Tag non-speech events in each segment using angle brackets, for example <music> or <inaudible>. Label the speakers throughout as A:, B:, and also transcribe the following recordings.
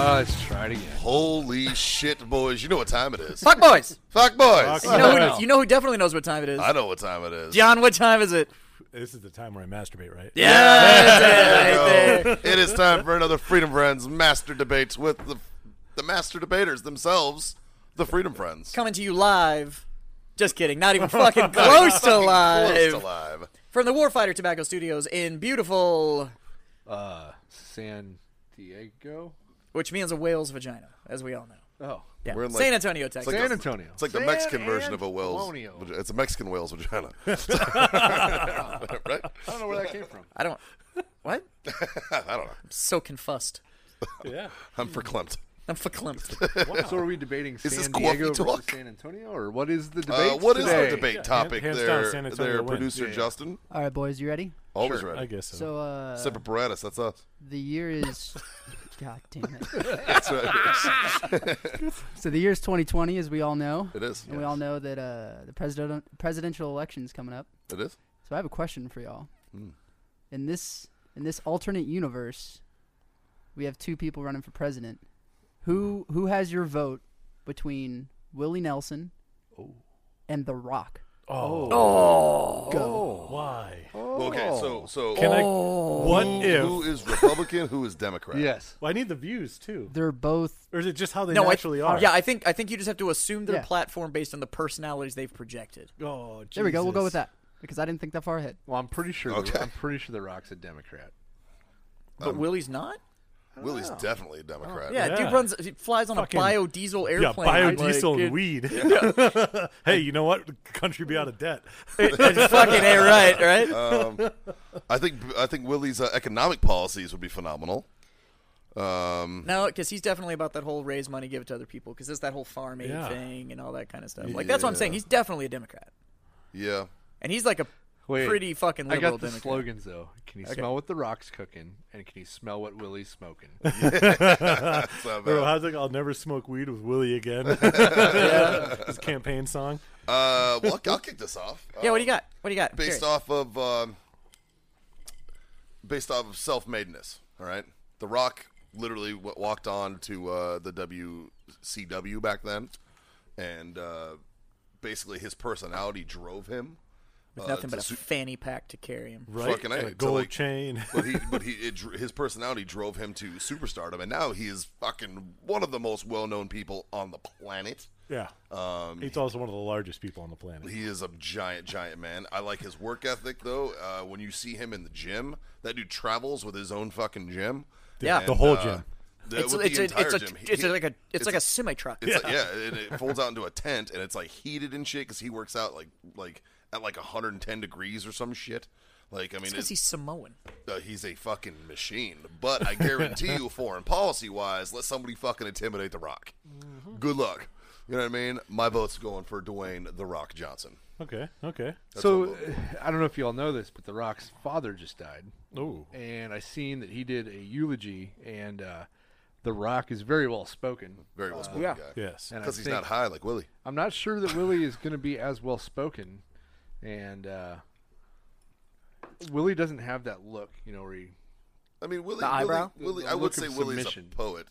A: Oh, let's try it again.
B: Holy shit, boys. You know what time it is.
C: Fuck boys.
B: Fuck, boys.
C: You know, who, you know who definitely knows what time it is.
B: I know what time it is.
C: John, what time is it?
D: This is the time where I masturbate, right?
C: Yeah, that's it right there.
B: it is time for another Freedom Friends Master Debates with the, the master debaters themselves, the Freedom Friends.
C: Coming to you live. Just kidding. Not even fucking close to
B: Fucking
C: live.
B: Close to live.
C: From the Warfighter Tobacco Studios in beautiful,
A: Uh, San Diego.
C: which means a whale's vagina, as we all know.
A: Oh,
C: Yeah.
B: We're in, like-
C: San Antonio, Texas.
B: like
A: San
B: a-
A: Antonio.
B: It's like the
A: San
B: Mexican version of a whale's.
A: Antonio.
B: vag- It's a Mexican whale's vagina. <laughs> right?
A: I don't know where that came from.
C: I don't. What?
B: I don't know.
C: I'm so confussed.
D: Yeah.
B: I'm verklempt.
C: I'm verklimped.
A: So are we debating San
B: this coffee
A: Diego versus
B: talk?
A: San Antonio, or what is the debate?
B: Uh, what is
A: today?
B: the debate topic
D: hands down,
B: there,
D: San Antonio
B: there
D: wins.
B: producer
A: Yeah.
B: Justin?
E: All right, boys, you ready?
B: Always
A: Sure.
B: ready.
D: I guess so.
E: So, uh,
B: Separate apparatus, that's us.
E: the year is. God damn it.
B: That's right.
E: So, the year is 2020, as we all know.
B: it is.
E: And we all know that uh, the president- presidential election's coming up.
B: It is.
E: So, I have a question for y'all. In this in this alternate universe, we have two people running for president. Who who has your vote between Willie Nelson and The Rock?
D: Oh.
E: Go.
D: Why?
C: oh.
B: Okay, so so
D: Can I? What if?
B: who is Republican, who is Democrat?
A: Yes.
D: Well, I need the views too.
E: They're both.
D: Or is it just how they
C: no, I,
D: naturally are?
C: yeah, I think I think you just have to assume their
E: Yeah.
C: platform based on the personalities they've projected.
D: Oh, Jesus.
E: There we go. We'll go with that because I didn't think that far ahead.
A: Well, I'm pretty sure.
B: Okay.
A: The, I'm pretty sure the Rock's a Democrat.
C: But Willie's not.
B: Willie's definitely a Democrat.
C: Yeah,
D: Yeah.
C: dude runs he flies on
D: Fucking-
C: a biodiesel
D: Yeah,
C: airplane.
D: biodiesel
C: Like,
D: and weed. <laughs> hey, you know what? The country be out
C: <laughs>
D: of debt.
C: dude, fucking
B: <laughs>
C: a right, right?
B: Um, I think I think Willie's uh, economic policies would be phenomenal. Um,
C: no, because he's definitely about that whole raise money, give it to other people. Because it's that whole farm aid
D: Yeah.
C: thing and all that kind of stuff. Like that's what I'm saying. He's definitely a Democrat,
B: yeah.
C: and he's like a
A: Wait,
C: pretty fucking
A: I
C: liberal
A: got the
C: Democrat.
A: slogans though. Can you smell what the Rock's cooking, and can you smell what Willie's smoking?
B: That's not
D: <laughs> Bro,
B: bad.
D: how's it? I'll never smoke weed with
C: <laughs>
D: Willie again. <laughs> His campaign song.
B: Uh, well, I'll, I'll kick this off.
C: Yeah,
B: Uh,
C: what do you got? What do you got? I'm
B: based
C: curious.
B: off of um, based off of self-madeness. All right, The Rock literally w- walked on to uh, the WCW back then, and uh, basically his personality drove him.
C: With
B: uh,
C: nothing
B: to
C: but a
B: su-
C: fanny pack to carry him.
D: Right.
B: Fucking A,
D: And a
B: to
D: gold
B: like- <laughs>
D: chain. <laughs>
B: but he, but he, it, dr- his personality drove him to superstardom, and now he is fucking one of the most well-known people on the planet.
D: yeah. Um, He's also one of the largest people on the planet.
B: He is a giant, giant man. I like his work ethic, though. Uh, when you see him in the gym, that dude travels with his own fucking gym.
C: Yeah.
D: The whole
B: uh,
D: gym.
B: the-
C: It's
B: with
C: it's
B: the
C: a,
B: entire
C: it's a
B: gym. He-
C: it's
B: he-
C: like a it's, like a
B: it's-
C: semi truck.
B: It's like, yeah, and it folds out into a tent, and it's like heated and shit because he works out like like at like 110 degrees or some shit. Like I mean,
C: Because
B: it's
C: he's Samoan.
B: uh, he's a fucking machine. But I guarantee
D: <laughs>
B: you, foreign policy wise, let somebody fucking intimidate The Rock.
D: Mm-hmm.
B: Good luck. You know what I mean? My vote's going for Dwayne The Rock Johnson.
D: Okay. Okay.
A: so uh, I don't know if you all know this, but the Rock's father just died.
D: Oh.
A: and I seen that he did a eulogy, and uh, The Rock is very well spoken.
B: Very well spoken
C: yeah.
B: guy.
D: Yes.
A: And I
B: Because he's
A: think-
B: not high like Willie.
A: I'm not sure that Willie is going to be as well spoken, and uh, Willie doesn't have that look, you know, where he
B: I mean, Willie.
C: The
B: Willie,
C: eyebrow?
B: Willie-
A: The
B: I would
A: look of
B: say Willie's a
A: submission.
B: poet,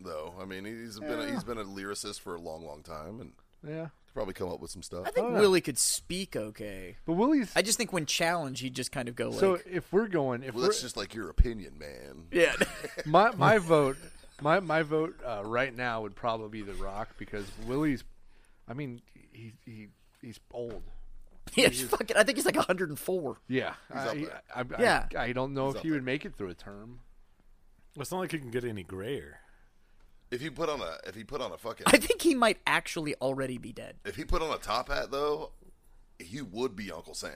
B: though. I mean, he's been a, he's been a lyricist for a long, long time, and
A: yeah.
B: could probably come up with some stuff.
C: I think Willie could speak okay.
A: But Willie's
C: I just think when challenged, he'd just kind of go like, <laughs>
A: so if we're going, if
B: well,
A: we're
B: that's just like your opinion, man.
C: yeah.
B: <laughs>
A: my my vote, my my vote uh, right now would probably be The Rock because Willie's, I mean, he he he's old.
C: Yeah, fucking. I think he's like 104.
A: Yeah,
B: up
A: I,
B: there.
A: I, I,
C: Yeah.
A: I, don't know
B: He's
A: if
B: up
A: he
B: there.
A: would make it through a term.
D: It's not like he can get any grayer.
B: If you put on a if he put on a fucking
C: I think he might actually already be dead.
B: if he put on a top hat though, he would be Uncle Sam.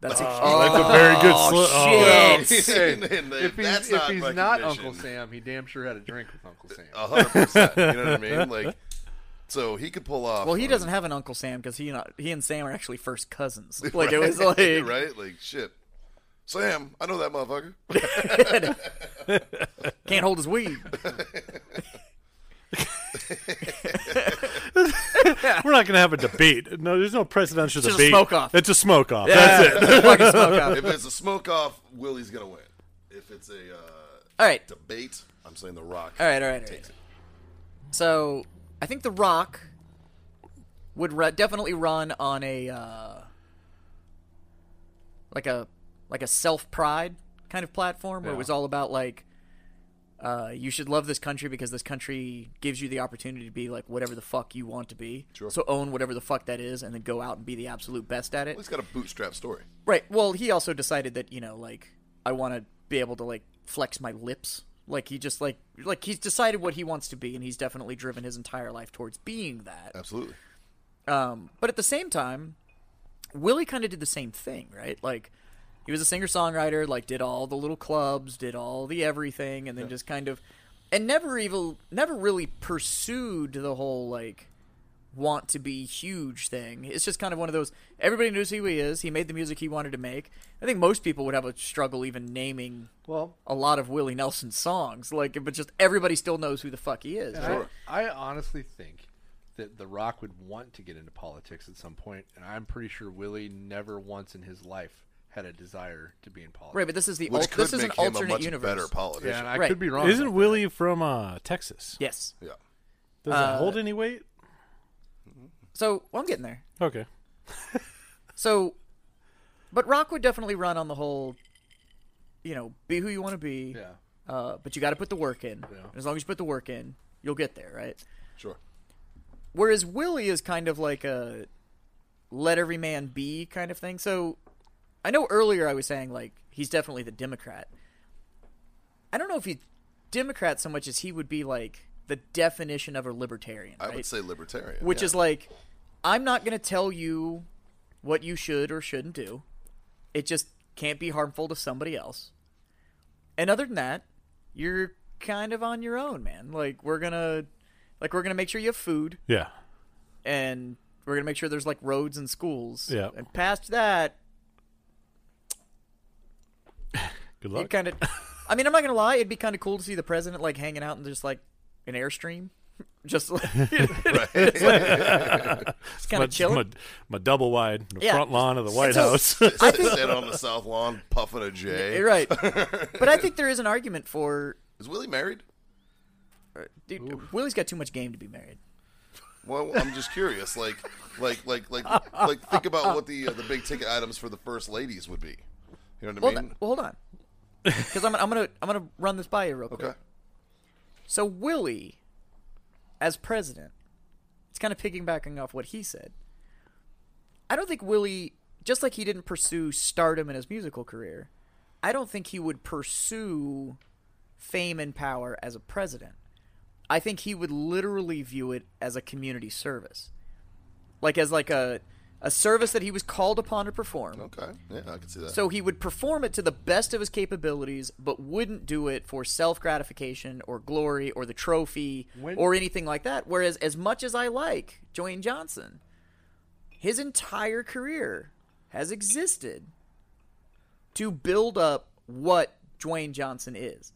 C: That's
B: Oh.
D: That's a very good sli- oh,
C: a shit.
B: <laughs> And- and
A: If he's,
B: that's
A: if he's not
B: recognition. <laughs> Oh.
A: Uncle Sam, he damn sure had a drink with Uncle Sam.
B: A hundred percent. You know what I mean? Like So he could pull off.
C: Well, he
B: on-
C: doesn't have an Uncle Sam because he and I- he and Sam are actually first cousins.
B: <laughs>
C: Like it was like
B: right? Like shit. Sam, I know that motherfucker.
C: can't hold his weed.
D: We're not going to have a debate. No, there's no presidential
C: It's just a
D: debate.
C: smoke-off.
D: It's a smoke off.
C: That's it. <laughs> Fucking smoke up.
B: <laughs> if it's a smoke off, Willie's gonna win. If it's a uh,
C: All right.
B: debate, I'm saying The Rock.
C: All right, all right, all
B: takes
C: right. So I think The Rock would ru- definitely run on a uh, like a like a self pride kind of platform where it was all about like uh, you should love this country because this country gives you the opportunity to be like whatever the fuck you want to be. Sure. So own whatever the fuck that is, and then go out and be the absolute best at it.
B: Well, he's got a bootstrap story.
C: Right. Well, he also decided that you know, like, I want to be able to like flex my lips. Like he just like like he's decided what he wants to be, and he's definitely driven his entire life towards being that.
B: Absolutely.
C: Um, but at the same time, Willie kind of did the same thing, right? Like he was a singer songwriter, like did all the little clubs, did all the everything, and then just kind of and never even never really pursued the whole like want to be huge thing. It's just kind of one of those everybody knows who he is. He made the music he wanted to make. I think most people would have a struggle even naming
A: Well,
C: a lot of Willie Nelson songs, like but just everybody still knows who the fuck he is.
A: And
C: right?
A: I, I honestly think that The Rock would want to get into politics at some point, and I'm pretty sure Willie never once in his life had a desire to be in politics.
C: Right, but this is the
B: Which
C: ult-
B: could
C: this is
B: make him
C: an
B: a
C: alternate
B: much
C: universe.
B: better politician.
A: yeah, and I
C: Right.
A: could be wrong.
D: Isn't
A: about
D: Willie from uh, Texas?
C: Yes.
B: yeah.
D: Does
C: Uh,
D: it hold any weight?
C: So well, I'm getting there.
D: Okay.
C: So, but Rock would definitely run on the whole, you know, be who you want to be.
A: that. Yeah.
C: Uh, but you got to put the work in.
A: Yeah.
C: As long as you put the work in, you'll get there, right?
B: Sure.
C: Whereas Willie is kind of like a let every man be kind of thing. So I know earlier I was saying like he's definitely the Democrat. I don't know if he's Democrat so much as he would be like the definition of a libertarian.
B: I
C: right?
B: would say libertarian.
C: which
B: yeah.
C: is like i'm not going to tell you what you should or shouldn't do it just can't be harmful to somebody else and other than that you're kind of on your own man like we're going to like we're going to make sure you have food
D: Yeah.
C: and we're going to make sure there's like roads and schools
D: Yeah.
C: and past that
D: Good
C: it
D: luck.
C: kind of <laughs> i mean i'm not going to lie it'd be kind of cool to see the president like hanging out in just like an airstream <laughs> just like <laughs> it's kind
D: my,
C: of chilling
D: my, my double wide, the
C: Yeah.
D: front lawn of the White
C: So- <laughs>
D: House.
B: I <laughs> think on the south lawn puffing a J. <laughs>
C: You're right. but I think there is an argument for
B: Is Willie married?
C: dude, Willie's got too much game to be married.
B: Well, I'm just curious. Like, like, like, like, like. Think about what the uh, the big ticket items for the first ladies would be. You know what I
C: Well,
B: mean?
C: th- well hold on, because I'm, I'm gonna I'm gonna run this by you real quick.
B: Okay.
C: So Willie, as president, it's kind of piggybacking off what he said. I don't think Willie, just like he didn't pursue stardom in his musical career, I don't think he would pursue fame and power as a president. I think he would literally view it as a community service, like as like a a service that he was called upon to perform.
B: Okay. Yeah, I can see that.
C: So he would perform it to the best of his capabilities, but wouldn't do it for self gratification or glory or the trophy
A: When-
C: or anything like that. Whereas, as much as I like Dwayne Johnson, his entire career has existed to build up what Dwayne Johnson is.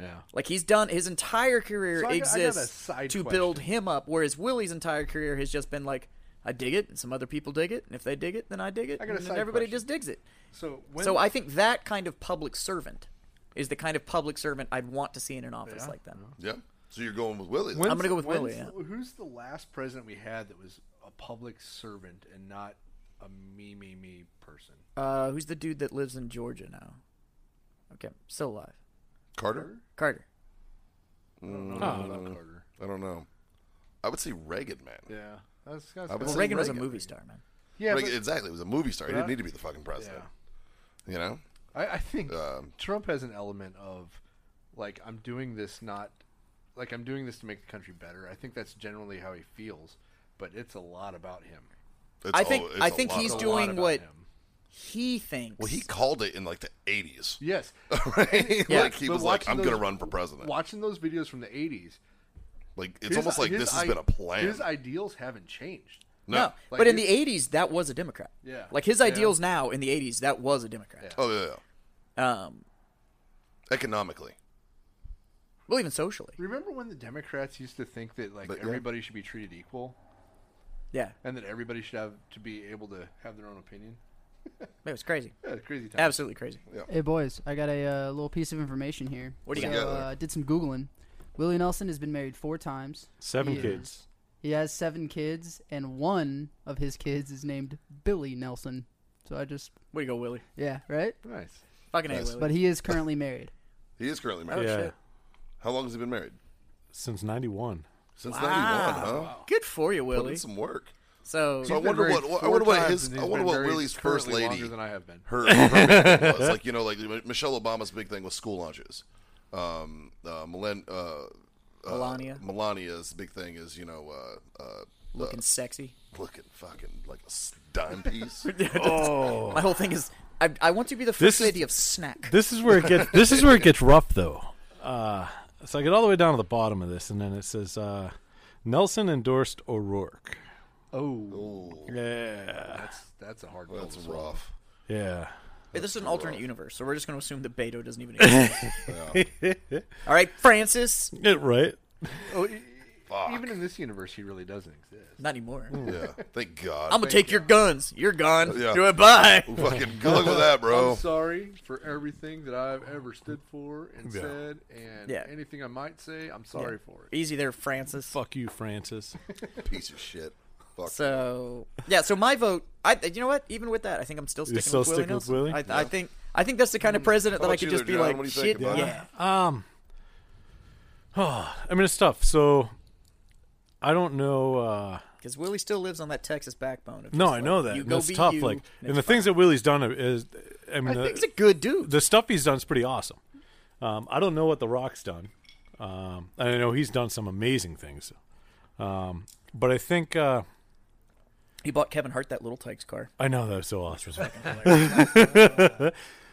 A: Yeah.
C: Like he's done his entire career
A: So I got- I got a
C: exists
A: side
C: to
A: question.
C: build him up, whereas Willie's entire career has just been like, I dig it, and some other people dig it, and if they dig it, then I dig it,
A: I got a
C: and then
A: side
C: everybody
A: question.
C: just digs it.
A: So when
C: So I think that kind of public servant is the kind of public servant I'd want to see in an office like that.
B: yeah. Uh-huh. So you're going with Willie. then.
A: when's-
C: I'm gonna go with
A: when's
C: Willie, yeah.
A: the- Who's the last president we had that was a public servant and not a me me me person?
C: Uh, who's the dude that lives in Georgia now? Okay, still alive.
B: Carter.
C: Carter.
A: I don't know
C: Oh.
A: about Carter.
B: I don't know. I would say Reagan, man.
A: Yeah. That's, that's
B: I would
A: well,
B: say-
C: Reagan, was a
B: Reagan.
C: movie star, man.
A: yeah,
B: Reagan-
A: but-
B: exactly. It was a movie star. He
A: But
B: didn't
A: I-
B: need to be the fucking president.
A: yeah.
B: You know?
A: I, I think
B: Um,
A: Trump has an element of like I'm doing this not like I'm doing this to make the country better. I think that's generally how he feels, but it's a lot about him.
B: It's
C: I think-
B: all- it's
C: I
B: a
C: think
B: lot
C: he's
B: of-
A: It's a
C: doing
A: lot about
C: what-
A: him.
C: He thinks.
B: Well, he called it in like the 80s.
A: Yes.
B: Right?
C: Yeah.
B: <laughs> Like he
A: But
B: was like,
A: watching
B: I'm going to
A: those-
B: run for president.
A: Watching those videos from the 80s,
B: Like it's
A: His-
B: almost like
A: his
B: this
A: i-
B: has been a plan.
A: His ideals haven't changed.
B: no.
C: No,
A: Like
C: but in
A: you-
C: the '80s, that was a Democrat.
A: Yeah.
C: like his ideals now in the '80s, that was a Democrat.
B: Oh yeah, yeah.
C: Um,
B: Economically,
C: well, even socially.
A: Remember when the Democrats used to think that like
B: But, yeah.
A: everybody should be treated equal
C: Yeah,
A: and that everybody should have to be able to have their own opinion?
C: it was crazy.
A: Yeah, it's crazy time.
C: Absolutely crazy.
E: Hey boys, I got a uh, little piece of information here.
C: What do you
E: so,
B: got?
E: Uh, did some googling. Willie Nelson has been married four times.
D: Seven
E: He
D: kids.
E: is- He has seven kids, and one of his kids is named Billy Nelson. So I just,
C: Where you go, Willie?
E: yeah, right.
A: Nice.
C: Fucking
B: Nice.
C: a Willie.
E: But he is currently married.
B: he is currently
C: Oh,
B: married.
D: yeah,
C: shit.
B: How long has he been married?
D: since '91.
B: Since
C: Wow.
B: '91, huh?
C: Good for you,
B: Put in
C: Willie.
B: some work.
C: So,
B: So I
A: He's been
B: wonder
A: married
B: what, I
A: four
B: wonder what
A: times
B: his
A: and
B: I
A: he's
B: wonder
A: been
B: what
A: married
B: Willie's first
A: currently
B: lady
A: Longer than I have been.
B: her, her big thing
A: <laughs>
B: was like you know like M- Michelle Obama's big thing was school lunches. Um, uh, Milen, uh, uh,
C: Melania.
B: Melania's big thing is you know uh, uh,
C: looking sexy.
B: looking fucking like a s- dime
A: <laughs>
B: piece.
C: <laughs>
D: Oh,
C: My whole thing is, I, I want to be the
D: This
C: first
D: is-
C: lady of snack.
D: this is where it <laughs> gets. This is where it gets rough, though. Uh, so I get all the way down to the bottom of this, and then it says uh, Nelson endorsed O'Rourke.
A: Oh,
D: Yeah,
A: that's that's a hard.
B: That's
A: That's
B: rough.
D: yeah.
C: Hey, this is an alternate universe, so we're just going to assume that Beto doesn't
D: <laughs>
C: even exist. All right, Francis.
D: Yeah, right.
A: Oh, e-
B: Fuck.
A: even in this universe, he really doesn't exist.
C: Not anymore. I'm
B: Yeah, thank God.
C: going to take your guns. You're gone.
B: Yeah.
C: Do it.
D: <laughs>
C: Bye. <laughs>
B: fucking good luck with that,
A: I'm
B: bro.
A: sorry for everything that I've ever stood for and
D: Yeah.
A: said, and
C: Yeah.
A: anything I might say, I'm sorry for it.
C: Easy there, Francis.
D: Fuck you, Francis.
B: Piece of shit. Fuck.
C: So yeah, so my vote. I you know what? Even with that, I think I'm still sticking
D: still
C: with Willie
D: sticking with
C: Nelson.
D: Willie? Mm.
C: I, I think I think that's the kind of president
B: How
C: that I
B: about
C: could
B: you
C: just
B: there,
C: be
B: John?
C: like,
B: What do you think
C: shit,
B: about
C: yeah.
D: Um, <sighs> oh, I mean, it's tough. So I don't know. Uh,
C: Because Willie still lives on that Texas backbone. Of
D: no,
C: just
D: I
C: like,
D: know that.
C: You
D: and
C: go
D: that's
C: be
D: tough.
C: you,
D: like,
C: and
D: and the
C: it's
D: things that Willie's done is, I
C: fine.
D: mean,
C: I
D: the,
C: think he's a good dude.
D: the stuff he's done is pretty awesome. Um, I don't know what The Rock's done. Um, and I know he's done some amazing things. Um, but I think uh,
C: He bought Kevin Hart that little Tykes car.
D: I know that was so awesome. <laughs>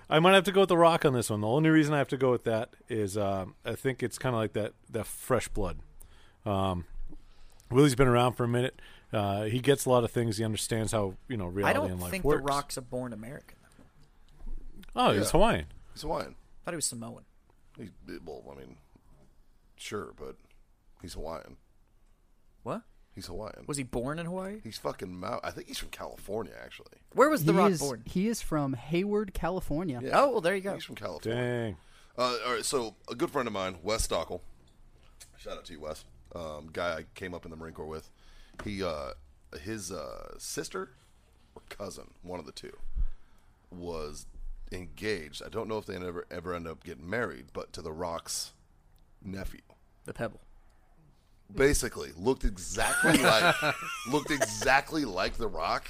D: I might have to go with The Rock on this one. The only reason I have to go with that is um, I think it's kind of like that that fresh blood. Um, Willie's been around for a minute. Uh, he gets a lot of things. He understands how you know
C: I
D: reality
C: don't
D: and life
C: think
D: works.
C: the Rock's a born American. though.
D: Oh, he's Hawaiian.
B: He's Hawaiian.
C: I thought he was Samoan.
B: He's, well, I mean, sure, but he's Hawaiian.
C: What
B: He's Hawaiian.
C: was he born in Hawaii?
B: He's fucking Mao. I think he's from California, actually.
C: Where was the
E: he
C: Rock
E: is,
C: born?
E: He is from Hayward, California.
B: Yeah.
C: Oh well, there you go.
B: He's from California.
C: <laughs>
D: Dang.
B: Uh, all right, so a good friend of mine, Wes Stockel. Shout out to you, Wes. Um, guy I came up in the Marine Corps with. He, uh, his uh, sister or cousin, one of the two, was engaged. I don't know if they ever ever end up getting married, but to The Rock's nephew.
C: The Pebble.
B: Basically, looked exactly like looked exactly like The Rock,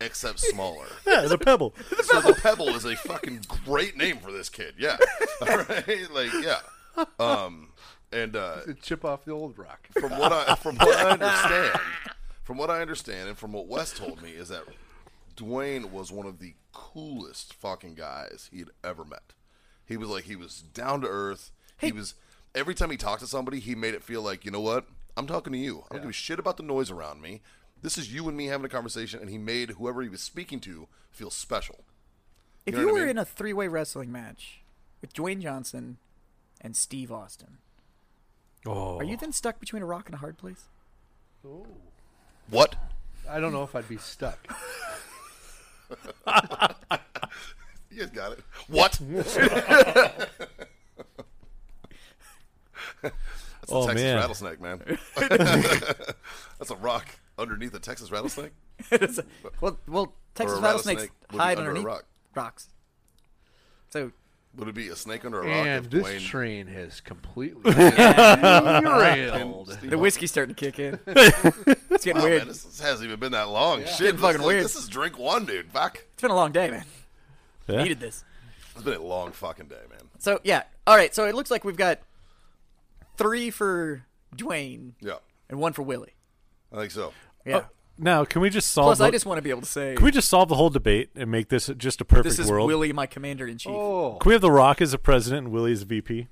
B: except smaller.
D: Yeah, the pebble.
B: So the pebble is a fucking great name for this kid. Yeah. <laughs> All right. Like yeah. Um and uh
A: To chip off the old rock.
B: from what I from what I understand, from what I understand and from what Wes told me is that Dwayne was one of the coolest fucking guys he'd ever met. He was like he was down to earth. He was every time he talked to somebody, he made it feel like, you know what? I'm talking to you. I don't give a shit about the noise around me. This is you and me having a conversation, and he made whoever he was speaking to feel special.
C: If
B: know
C: you
B: what I
C: were
B: mean?
C: in a three-way wrestling match with Dwayne Johnson and Steve Austin, <laughs>
D: Oh,
C: are you then stuck between a rock and a hard <laughs> place?
B: What?
A: I don't know if I'd
B: <laughs>
A: be stuck.
B: You guys got it. <laughs> What? That's a
D: Oh,
B: Texas
D: man.
B: rattlesnake, man. <laughs> That's a rock underneath a Texas rattlesnake.
C: It's a- well, well, Texas rattlesnakes
B: rattlesnake would be
C: hide
B: under a
C: underneath
B: rock.
C: rocks. So
B: Would it be a snake under a rock?
A: and
B: if
A: this
B: Dwayne-
A: train
B: <laughs>
A: has completely <laughs> derailed.
B: Steve
C: the
B: Austin-
C: whiskey's starting to
B: <laughs>
C: kick in. it's getting
B: Oh,
C: weird.
B: man, this this hasn't even been that long. Shit,
C: Getting
B: this
C: fucking
B: is like-
C: weird.
B: This is drink one, dude. Fuck.
C: It's been a long day, man.
D: Yeah.
C: Needed this.
B: It's been a long fucking day, man.
C: So yeah. All right. So it looks like we've got three for Dwayne
B: Yeah,
C: and one for Willie.
B: I think so.
C: Yeah.
D: now can we just solve?
C: Plus, I
D: the-
C: just want to be able to say
D: can we just solve the whole debate and make this just a perfect
C: this is
D: world?
C: Willie, my commander in chief.
A: Oh,
D: Can we have The Rock as a president and Willie as a VP?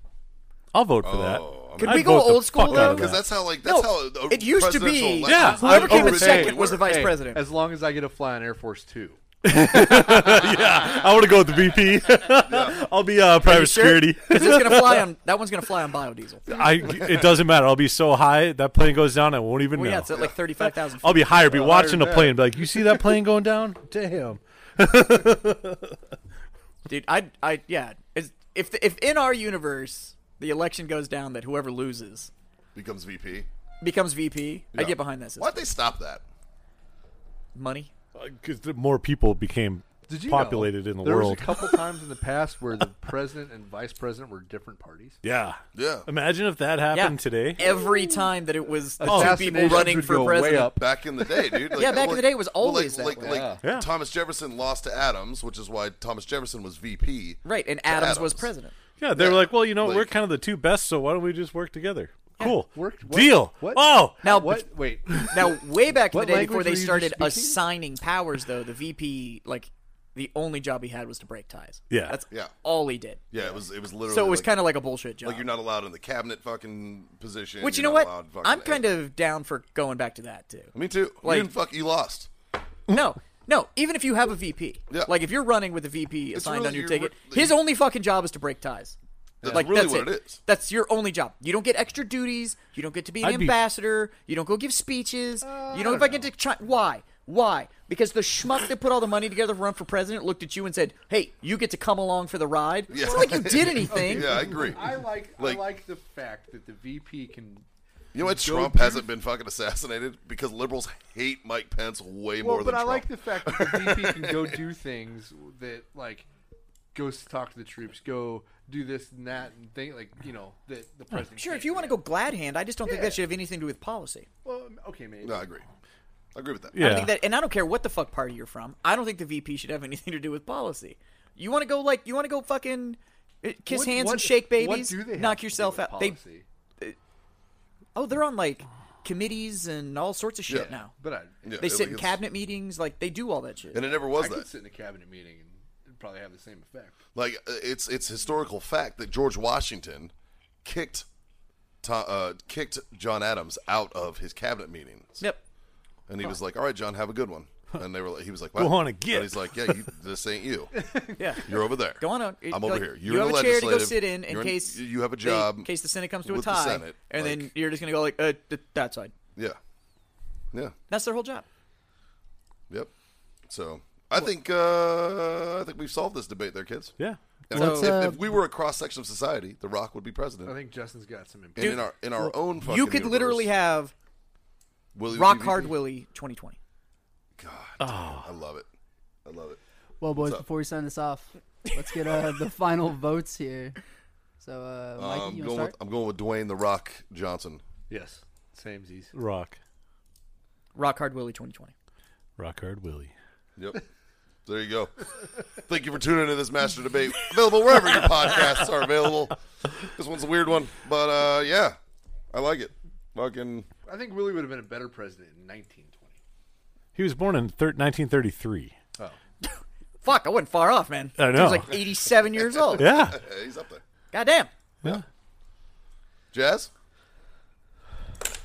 D: I'll vote for that.
B: Oh, I
C: Could
B: mean,
C: we
D: I'd
C: go
D: vote the
C: old school
D: fuck out
C: though?
D: of
B: because
D: that.
B: that's how like that's
C: No,
B: how a
C: it used to be-
B: presidential election
D: Yeah,
B: is
C: Whoever came
B: always-
C: in second was the vice
A: hey,
C: president.
A: As long as I get to fly on Air Force Two.
D: I want to go with the BP. <laughs> I'll be uh, private <laughs> security.
C: Because it's gonna fly on that one's gonna fly on biodiesel.
D: I. It doesn't matter. I'll be so high that plane goes down. I won't even
C: Well,
D: know.
C: yeah, it's at like thirty-five thousand.
D: I'll be higher. Be
A: Well, higher
D: watching the
A: than
D: plane. Be like,
A: <laughs>
D: you see that plane going down? Damn.
C: Dude, I, I, yeah. It's, if the, if in our universe the election goes down, that whoever loses
B: becomes VP.
C: becomes VP, I
B: Yeah.
C: get behind that system.
B: Why'd they stop that?
C: Money.
D: Because Uh, more people became
A: Did you know
D: populated in the
A: there
D: world.
A: was a
D: <laughs>
A: couple times in the past where the president and vice president were different parties.
D: yeah.
B: Yeah.
D: Imagine if that
C: Yeah.
D: happened today.
C: Every time that it was the two people
A: Assassinations
C: running
A: would
C: for
A: go
C: president.
A: Way up.
B: Back in the day, dude. Like,
C: Yeah, back in the day, it was
B: well,
C: always that
B: like,
C: way.
B: like, like
D: Yeah.
B: Thomas Jefferson lost to Adams, which is why Thomas Jefferson was VP.
C: Right, and
B: to
C: Adams, was president.
D: Yeah, they were
B: Yeah.
D: like, well, you know, we're
B: Like-
D: kind of the two best, so why don't we just work together? Cool.
A: Worked- what-
D: Deal.
A: what-
D: Oh.
C: Now,
A: What? Wait.
C: <laughs> now, way back in
A: What
C: the day, before
A: language
C: they
A: were you
C: started
A: speaking?
C: assigning powers, though, the VP, like, the only job he had was to break ties.
D: Yeah.
C: that's
B: Yeah.
C: all he did.
B: Yeah, it was. It was literally.
C: So it was
B: like,
C: kind of like a bullshit job.
B: like you're not allowed in the cabinet fucking position.
C: Which you
B: you're
C: know
B: not
C: what?
B: allowed fucking
C: I'm
B: anything.
C: kind of down for going back to that too.
B: Me too.
C: like-
B: you didn't fuck. You lost.
C: No, no. Even if you have a VP,
B: Yeah.
C: like if you're running with a VP assigned
B: really
C: on your
B: your-
C: ticket,
B: like-
C: his only fucking job is to break ties.
B: That's
C: Like
B: really
C: that's
B: what it is.
C: That's your only job. You don't get extra duties. You don't get to be an
D: I'd be-
C: ambassador. You don't go give speeches.
A: Uh,
C: you don't, if I get to try. Why? Why? Because the schmuck that put all the money together to run for president looked at you and said, "Hey, you get to come along for the ride."
B: Yeah.
C: It's not like you did
A: <laughs>
B: <laughs>
C: anything.
B: Yeah, I agree.
A: I like,
B: Like-
A: I like the fact that the VP can.
B: You know what?
A: go
B: Trump
A: do-
B: hasn't been fucking assassinated because liberals hate Mike Pence way
A: Well,
B: more
A: but
B: than
A: I
B: Trump.
A: like the fact that the <laughs> VP can go do things that like goes to talk to the troops, go do this and that and thing like you know that the president.
C: Sure, if
A: can't
C: you want to
A: do.
C: go glad hand, I just don't think
A: Yeah.
C: that should have anything to do with policy.
A: well, um, okay, maybe.
B: no, I agree. I agree with that.
D: Yeah.
C: I think that, and I don't care what the fuck party you're from. I don't think the VP should have <laughs> anything to do with policy. You want to go like you want to go fucking uh, kiss
A: What-
C: hands
A: what-
C: and shake
A: What
C: babies,
A: do they have to
C: knock
A: do
C: yourself
A: with
C: out. They
A: policy?
C: oh, they're on like committees and all sorts of shit
B: Yeah.
C: now.
A: But I,
B: Yeah,
C: They
B: it-
C: sit in
B: it's-
C: cabinet meetings, like they do all that shit.
B: and it never was
A: I could
B: that.
A: sit in a cabinet meeting and it'd probably have the same effect.
B: Like uh, it's it's historical fact that George Washington kicked To- uh, kicked John Adams out of his cabinet meetings,
C: Yep.
B: and he was like, "All right, John, have a good one." And they were like, he was like,
D: Go
B: "Wow."
D: on and get.
B: And he's like, "Yeah,
C: <laughs>
B: you, this ain't you. <laughs>
C: Yeah.
B: You're over there.
C: Go on. out.
B: I'm
C: It-
B: over
C: like,
B: here. You're
C: you
B: in
C: have
B: the
C: a chair to go
B: legislative-
C: sit in in
B: you're
C: case
B: you have a
C: they-
B: job.
C: in case the Senate comes to a
B: with the
C: tie,
B: Senate,
C: and then
B: like-
C: you're just gonna go like uh, th- that side.
B: yeah, yeah,
C: That's their whole job.
B: yep." So I think uh, I think we've solved this debate there, kids.
D: yeah.
B: And
E: Let's,
B: if,
E: uh,
B: if we were a cross section of society, The Rock would be president.
A: I think Justin's got some.
B: and in our in our own fucking
C: Oh, you could
B: universe, <laughs>
C: literally have
B: Willie would be
C: Rock
B: VP.
C: Hard Willie 2020.
B: God, damn, I love it. I love it.
E: Well, boys,
B: up?
E: before we sign this off, let's get uh, the final votes here. So, uh, Mikey,
B: Um, I'm going.
E: you want to
B: With,
E: start?
B: I'm going with Dwayne the Rock Johnson.
A: Yes, same Z's.
D: Rock.
C: Rock Hard Willie 2020.
D: Rock hard Willie.
B: Yep. <laughs> there you go. Thank you for tuning into this master debate. Available wherever your podcasts are available. This one's a weird one, but uh, yeah, I like it. Fucking
A: I think Willie would have been a better president in 1920.
D: He was born in thir- 1933.
A: Oh.
C: Fuck, I wasn't far off, man.
D: I
C: Dude's
D: know.
C: like 87 years old.
D: Yeah.
B: hey, he's up there.
C: Goddamn.
D: yeah.
B: Jazz.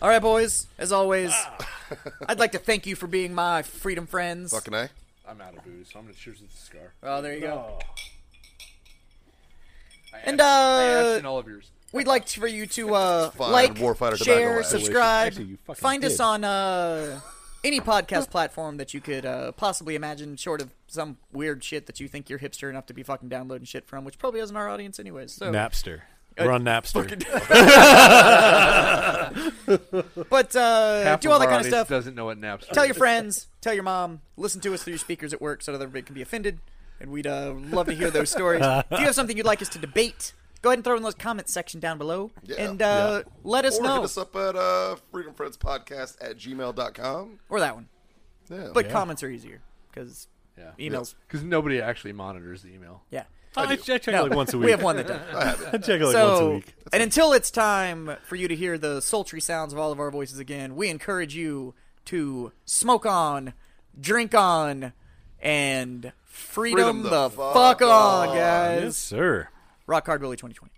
C: All right, boys.
B: <laughs>
C: As always, I'd like to thank you for being my freedom friends.
B: Fucking a.
A: I'm out of booze, so I'm gonna cheers with the cigar.
C: Oh, there you go.
A: I
C: And,
A: asked- I
C: uh,
A: asked in all of yours.
C: We'd like for you to uh,
B: Fine,
C: like,
B: Warfighter tobacco
C: share,
B: ass.
C: subscribe.
D: Actually, you fucking
C: Find us
D: did.
C: on uh, any podcast platform that you could uh, possibly imagine, short of some weird shit that you think you're hipster enough to be fucking downloading shit from, which probably isn't our audience anyways.
D: Oh.
C: So
D: Napster. We're on Napster.
C: But uh,
A: Half
C: do all
A: of our
C: that kind of
A: audience
C: stuff.
A: Doesn't know what Napster.
C: tell your
A: is.
C: friends, tell your mom, listen to us through your speakers at work so that everybody can be offended. And we'd uh, love to hear those stories. if you have something you'd like us to debate, go ahead and throw in those comments section down below
B: Yeah.
C: and uh, let us
B: or
C: know.
B: hit us up at uh, Freedom Friends Podcast at gmail.com.
C: Or that one.
D: Oh,
B: Yeah.
C: But comments are easier because
A: Yeah.
C: emails.
A: Because nobody actually monitors the email.
C: Yeah.
D: <laughs> I, I check
C: No,
D: like once a week.
C: We have one that does.
D: I check it like once a
C: so,
D: week.
C: and until it's time for you to hear the sultry sounds of all of our voices again, we encourage you to smoke on, drink on, and freedom, the, fuck, on, guys.
D: Yes, sir.
C: Rock Hard Willie 2020.